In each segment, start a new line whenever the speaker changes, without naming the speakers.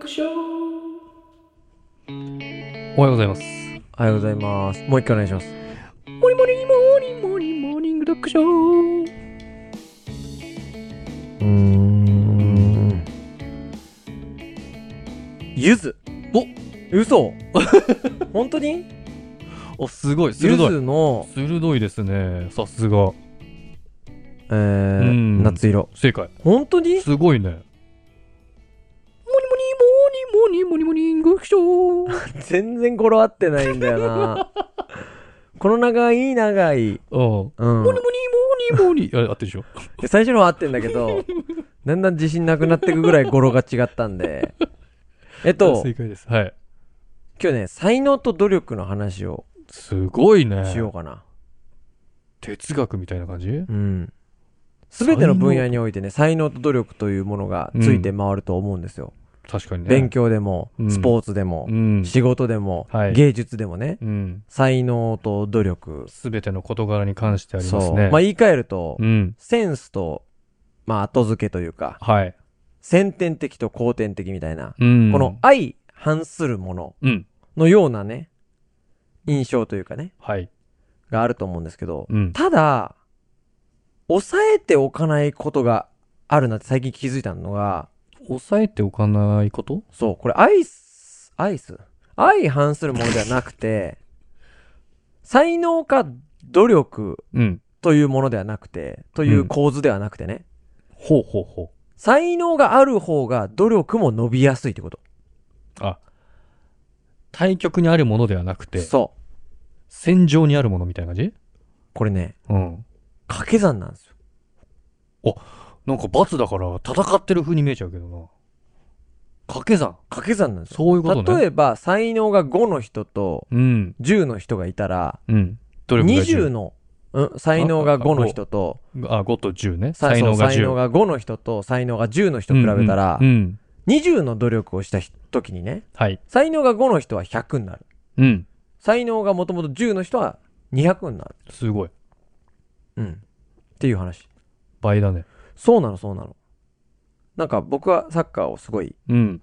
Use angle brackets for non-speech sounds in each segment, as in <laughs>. クショー
おはようございます。
おはようございますもう一回お願いします
モリモリモリモリモーニングドッグショー。
うーんゆず
お
嘘本当に
お、すごい、
ゆ
鋭い。
ずの、
鋭いですね。さすが。
え
う
ー、
ん
夏色
正解。
本当に
すごいね。モリモリモリモリモリモリングドッグショー。
全然語呂合ってないんだよなこの長い長い、
うん。
うん、
モリモリモリモリ。あ、合ってるでしょ。
で最初のは合ってんだけどだんだん自信なくなってくぐらい語呂が違ったんでえっと
正解です。はい。
今日ね才能と努力の話を
すごいね。
しようかな、
哲学みたいな感じ
うん全ての分野においてね才能と努力というものがついて回ると思うんですよ、
確かにね。
勉強でも、
うん
スポーツでも
う、ん。
仕事でも、
はい
芸術でもね
うん。
才能と努力
すべての事柄に関してありま
そ
す
う、
ね。
まあ、言い換えると、
うん。
センスと、まあ、後付けというか
はい。
先天的と後天的みたいな、
うん。
この、相反するもの
うん。
のようなね、印象というかね、
はい。
があると思うんですけど、
うん。
ただ、抑えておかないことがあるなって最近気づいたのが、
抑えておかないこと
そう、これアイス、アイス相反するものではな
<laughs>
くて、才能か努力
うん。
というものではなくて、という構図ではなくてね、
ほうほうほ
才能がある方が努力も伸びやすいってこと。
う。あ、対極にあるものではなくて、
そう。
戦場にあるものみたいな感じ
これね、
うん。
掛け算なんですよ。
なんか罰だから戦ってる風に見えちゃうけどな。掛け算。
掛け算なんですよ。
そういうことね。
例えば、才能が5の人と、
うん。
10の人がいたら、
うん。努力が
20の、うん、才能が5の人と、
10。あ、5と10ね。
さ
才能が
そう才能
10。
が5の人と才能が10の人比べたら、
うんうん。うん
20の努力をしたひ時にね、
はい。
才能が5の人は100になる。
うん。
才能がもともと10の人は200になる。
すごい。
うん。っていう話。
倍だね。
そうなの、そうなの。なんか僕はサッカーをすごい
うん。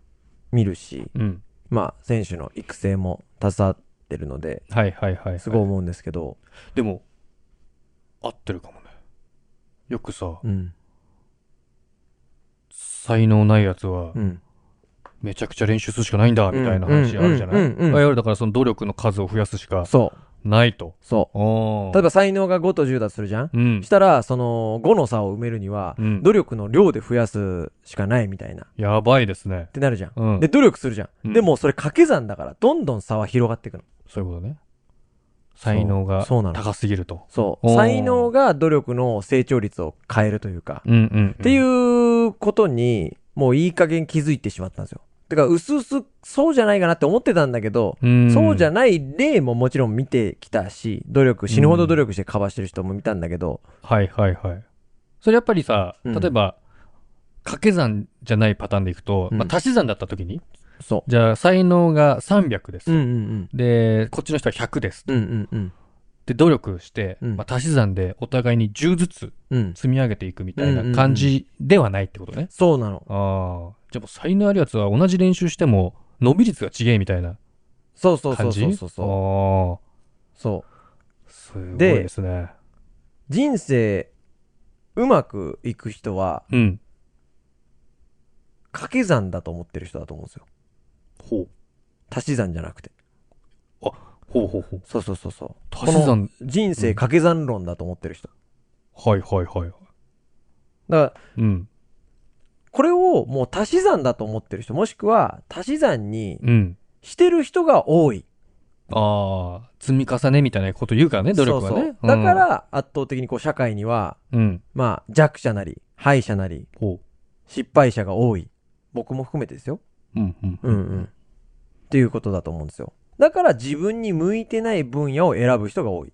見るし、
うん。
まあ選手の育成も携わってるので、
はいはいはい、はい。
すごい思うんですけど、
でも、合ってるかもね。よくさ、
うん、
才能ないやつは
う、ん、
めちゃくちゃ練習するしかないんだ、みたいな話あるじゃな
うんうんうんうんうん
いわゆるだからその努力の数を増やすしか
そう、
ないと。
そう。
お
例えば才能が5と10だとするじゃん、
うん
し。たらその5の差を埋めるには、
うん
努力の量で増やすしかないみたいなっ
やばいですね。
てなるじゃん、
うん
で。努力するじゃん、
うん
でもそれ掛け算だからどんどん差は広がっていくの
そういうことね。才能が
そうそうなの
高すぎると。
そう
おー
才能が努力の成長率を変えるというか、
うんうん。。
っていううことにもういい加減気づいてしまったんですよてかうすうすそうじゃないかなって思ってたんだけど、そうじゃ
ん。
ない例ももちろん見てきたし努力死ぬほど努力してかばしてる人も見たんだけど、
はいはいはい。それやっぱりさ、
うん
例えば、掛け算じゃないパターンでいくと、
うん
まあ足し算だった時に、
そ
じゃあ才能が300で
う
す。
うんうん
で、こっちの人は100です。
うんうんうんうん
で、努力して、
うん
まあ足し算でお互いに10ずつ
うん。
積み上げていくみたいな感じではないってことね。
そうなの。
ああ。じゃあもう才能あるやつは同じ練習しても伸び率が違えみたいな
そうそうそ
感
う
じ
そうそうそう。そう。
ああ。すごい
で
ですね。
人生、うまくいく人は、
うん。
掛け算だと思ってる人だと思うんですよ。
ほう。
足し算じゃなくて。
ほうほうほう。
そうそうそうそう。
足し算。
人生掛け算論だと思ってる人。
はいはいはい。
だから、
うん。
これをもう足し算だと思ってる人、もしくは足し算に
うん。
してる人が多い。
ああ、積み重ねみたいなこと言うからね、努力はね。
そうそうだか、ら、圧倒的にこう社会には、
うん。うん。
まあ、弱者なり、敗者なり、
ほ
失敗者が多い。僕も含めてですよ。
う。うんうん。
うんうん。っていうことだと思うんですよ。だから自分に向いてない分野を選ぶ人が多い。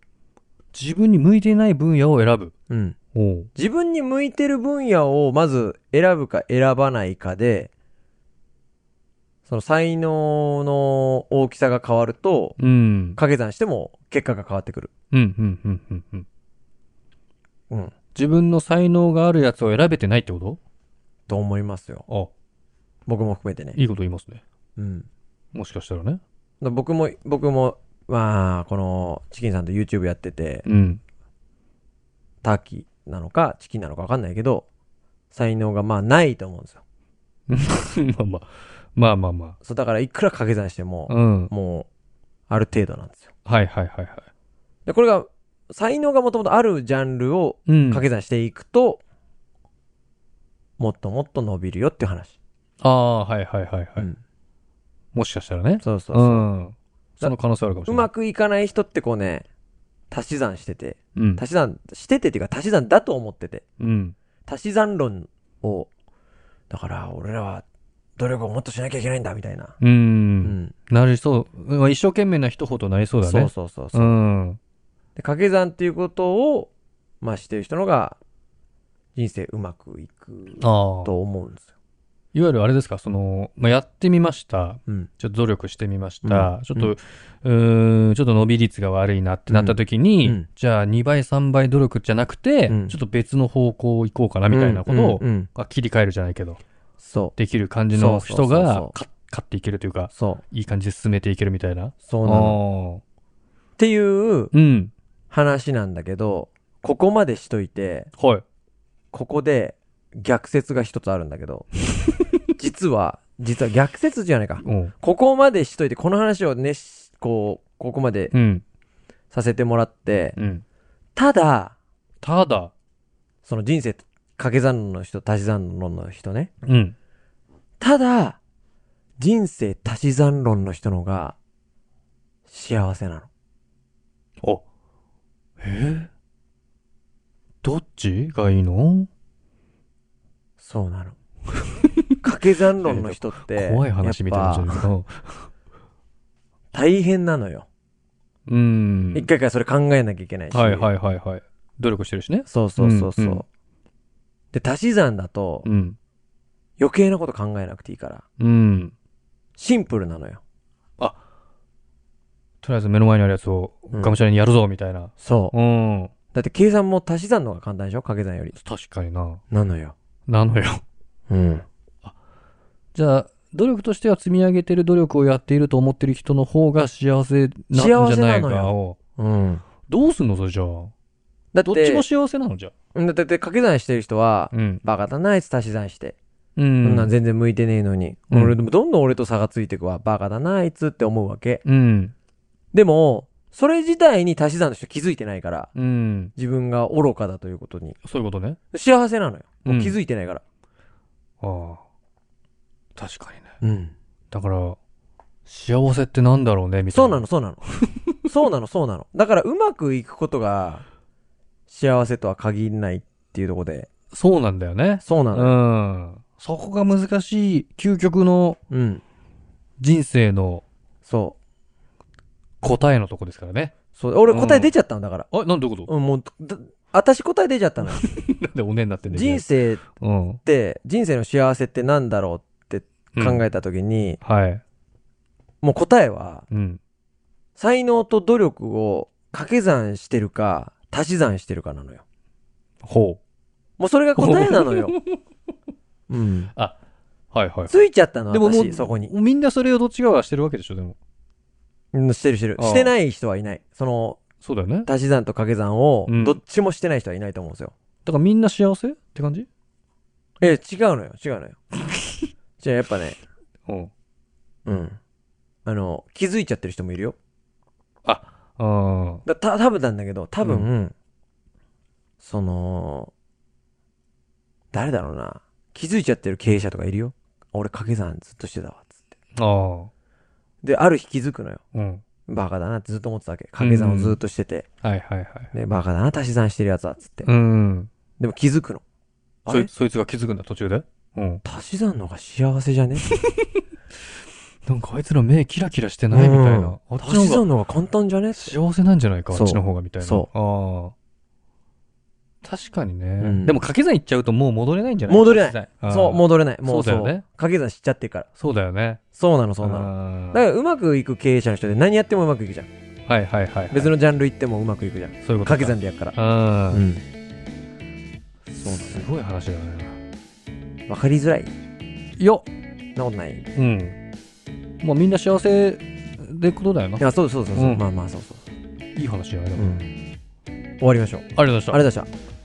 自分に向いていない分野を選ぶ。
うん。
ほう。
自分に向いてる分野をまず選ぶか選ばないかで、その才能の大きさが変わると、
うん。
掛け算しても結果が変わってくる。
うんうんうんうんうん。
うん。
自分の才能があるやつを選べてないってこと
と思いますよ。
あ、
僕も含めてね。
いいこと言いますね。
うん。
もしかしたらね。
だ僕も、僕も、まあ、この、チキンさんと YouTube やってて、
うん。 <laughs>
ターキーなのか、チキンなのかわかんないけど、才能がまあないと思うんですよ。
まあまあ。まあまあま
そう、だからいくら掛け算しても
あ。、うん。
もう、ある程度なんですよ。
はいはいはいはい。
で、これが、才能がもともとあるジャンルを
うん。
掛け算していくと、もっともっと伸びるよっていう話。
ああ、はいはいはいはい。
うん
もしかしたらね。
そうそう
う
そう。
ん。その可能性あるかもし
う
れない。
まくいかない人ってこうね、足し算してて、
うん。
足し算しててっていうか足し算だと思ってて、
うん。
足し算論を、だから俺らは努力をもっとしなきゃいけないんだみたいな。
う。
うんん。
なりそう。まあ一生懸命な人ほどなりそうだ
そう
ね。
そうそうそうう。
ん。
で掛け算っていうことを、まあしてる人のが、人生うまくいく
ああ。
と思うんですよ。
いわゆるあれですか、その、まあ、やってみました。
うん。
ちょっと努力してみました。
うん
ちょっと、うーん、ちょっと伸び率が悪いなってなった時に、
うんうん
じゃあ2倍、3倍努力じゃなくて、
うん
ちょっと別の方向行こうかなみたいなことを、
うんうんうん
あ切り替えるじゃないけど、
そ
できる感じの
そうそ
人
うそうそう
が、か勝っていけるというか
う。、そう。
いい感じで進めていけるみたいな。
そうなの。
あ
っていう
あ。うん。
話なんだけど、ここまでしといて、
はい。
ここで逆説が一つあるんだけ
<laughs>
ど、実は、実は逆説じゃないか。
うん。
ここまでしといて、この話をね、しこう、ここまで
うん。
させてもらって、
うん。
ただ、
ただ、
その人生、掛け算の人、足し算論の人ね。
うん。
ただ、人生足し算論の人のが、幸せなの。
お。えーどっちがいいの
そ
<laughs>
うなの。掛け算論の人って、
怖い話みたいになっちゃう
やっぱ
けど。
大変なのよ。
<laughs> うん。
一回一回それ考えなきゃいけないし。
はいはいはいはい。努力してるしね。
そうそうそうそう。
うんうん
で、足し算だと
う、ん。
余計なこと考えなくていいから、
うん。
シンプルなのよ。
とりあえず目の前にあるやつを
うん
がむしゃらにやるぞ、みたいな。
そう。
うん。
だって計算も足し算の方が簡単でしょ掛け算より。
確かにな。
なのよ。
なのよ。
うん。
<laughs> じゃあ、努力としては積み上げてる努力をやっていると思ってる人の方が幸せなんじ
幸
ゃ
せ
な
ないのよ
かを。
うん。
どうすんのそれじゃあ。
だって、
どっちも幸せなのじゃあ。
うんだって掛け算してる人は、
うん。
バカだなあいつ足し算して。
う。
そんなんん全然向いてねえのに。
うん
俺でもどんどん俺と差がついてくわ。バカだなあいつって思うわけ。
うん。
でも、それ自体に足し算の人気づいてないから、
うん。
自分が愚かだということに。
そういうことね。
幸せなのよ。もううん気づいてないから。
ああ。確かにね。
うん。
だから、幸せってなんだろうね、みたい
そ
うな。
なの、そうなの。 <laughs> そうなの、そうなの。だから、うまくいくことが、幸せとは限らないっていうところで、
そうなんだよね。
そうなの。
うん。そこが難しい、究極の
うん。
人生の
そう。
答えのとこですからね。
そう。俺、答え出ちゃったの、だから。
あ、なんどういうこと
うん、もう、だ私答え <laughs> 出ちゃったのよ。
なんでおねになってんだよ。
人生っ
うん。
て、人生の幸せってなんだろう考
え。
えたときに、
はい。
もう答えは、
うん。
才能と努力を掛け算してるか、足し算してるかなのよ。
ほ
もうそれが答えなのよ。
<laughs>
うん。
う。はいはい。
ついちゃったの、
でもも
私、
う、
そこに。
みんなそれをどっちかはしてるわけでしょ、でも。
うん、してるしてる。
ああ
してない人はいない。その、
そうだよね。だ
足し算と掛け算を
うん、
どっちもしてない人はいないと思うんですよ。
からみんな幸せって感じ
え、違うのよ、
<laughs>
違うのよ。じゃあやっぱね、
うん。
うん。あの、気づいちゃってる人もいるよ。
あ
だた、多分なんだけど、多分、
う
その、誰だろうな。気づいちゃってる経営者とかいるよ。俺掛け算ずっとしてたわ、つって。
あ。ああ。
で、ある日気づくのよ。
うん。
バカだなってずっと思ってたわけ。掛け算をずっとしてて。
はいはいはい。
で、バカだな、足し算してるやつは、つって。
うん。
でも気づくの。あ
そ
れ
い、そいつが気づくんだ、途中で。うん。
足し算の方が幸せじゃね
なんかあいつら目キラキラしてないみたいな。あっちの
足し
方が
算の方が簡単じゃねって
幸せなんじゃないか、あ
そう
っちの方がみたいな。
そ
ああ。確かにね。
ん
でも掛け算いっちゃうともう戻れないんじゃない
戻れない
ない。
そう、戻れない。もう
そ
そうう。
だよね
掛け算しちゃってるから。
そうだよね。
そうなの、そうな
の
の。だから、うまくいく経営者の人で何やってもうまくいくじゃん。
はいはいはいはい。
別のジャンル行ってもうまくいくじゃん。
そういうことか
掛け算でやっから。
あ
うん。
あ、すごい話だね。
わかりづらい。
よっ
なことない。い
うん。まあみんな幸せでことだよな。
や、そうそうそうそう、
うん
まあまあ、そうそう。
いい話じゃない、
うん。終わりましょう。あり
ありがとうございました
がとうございました。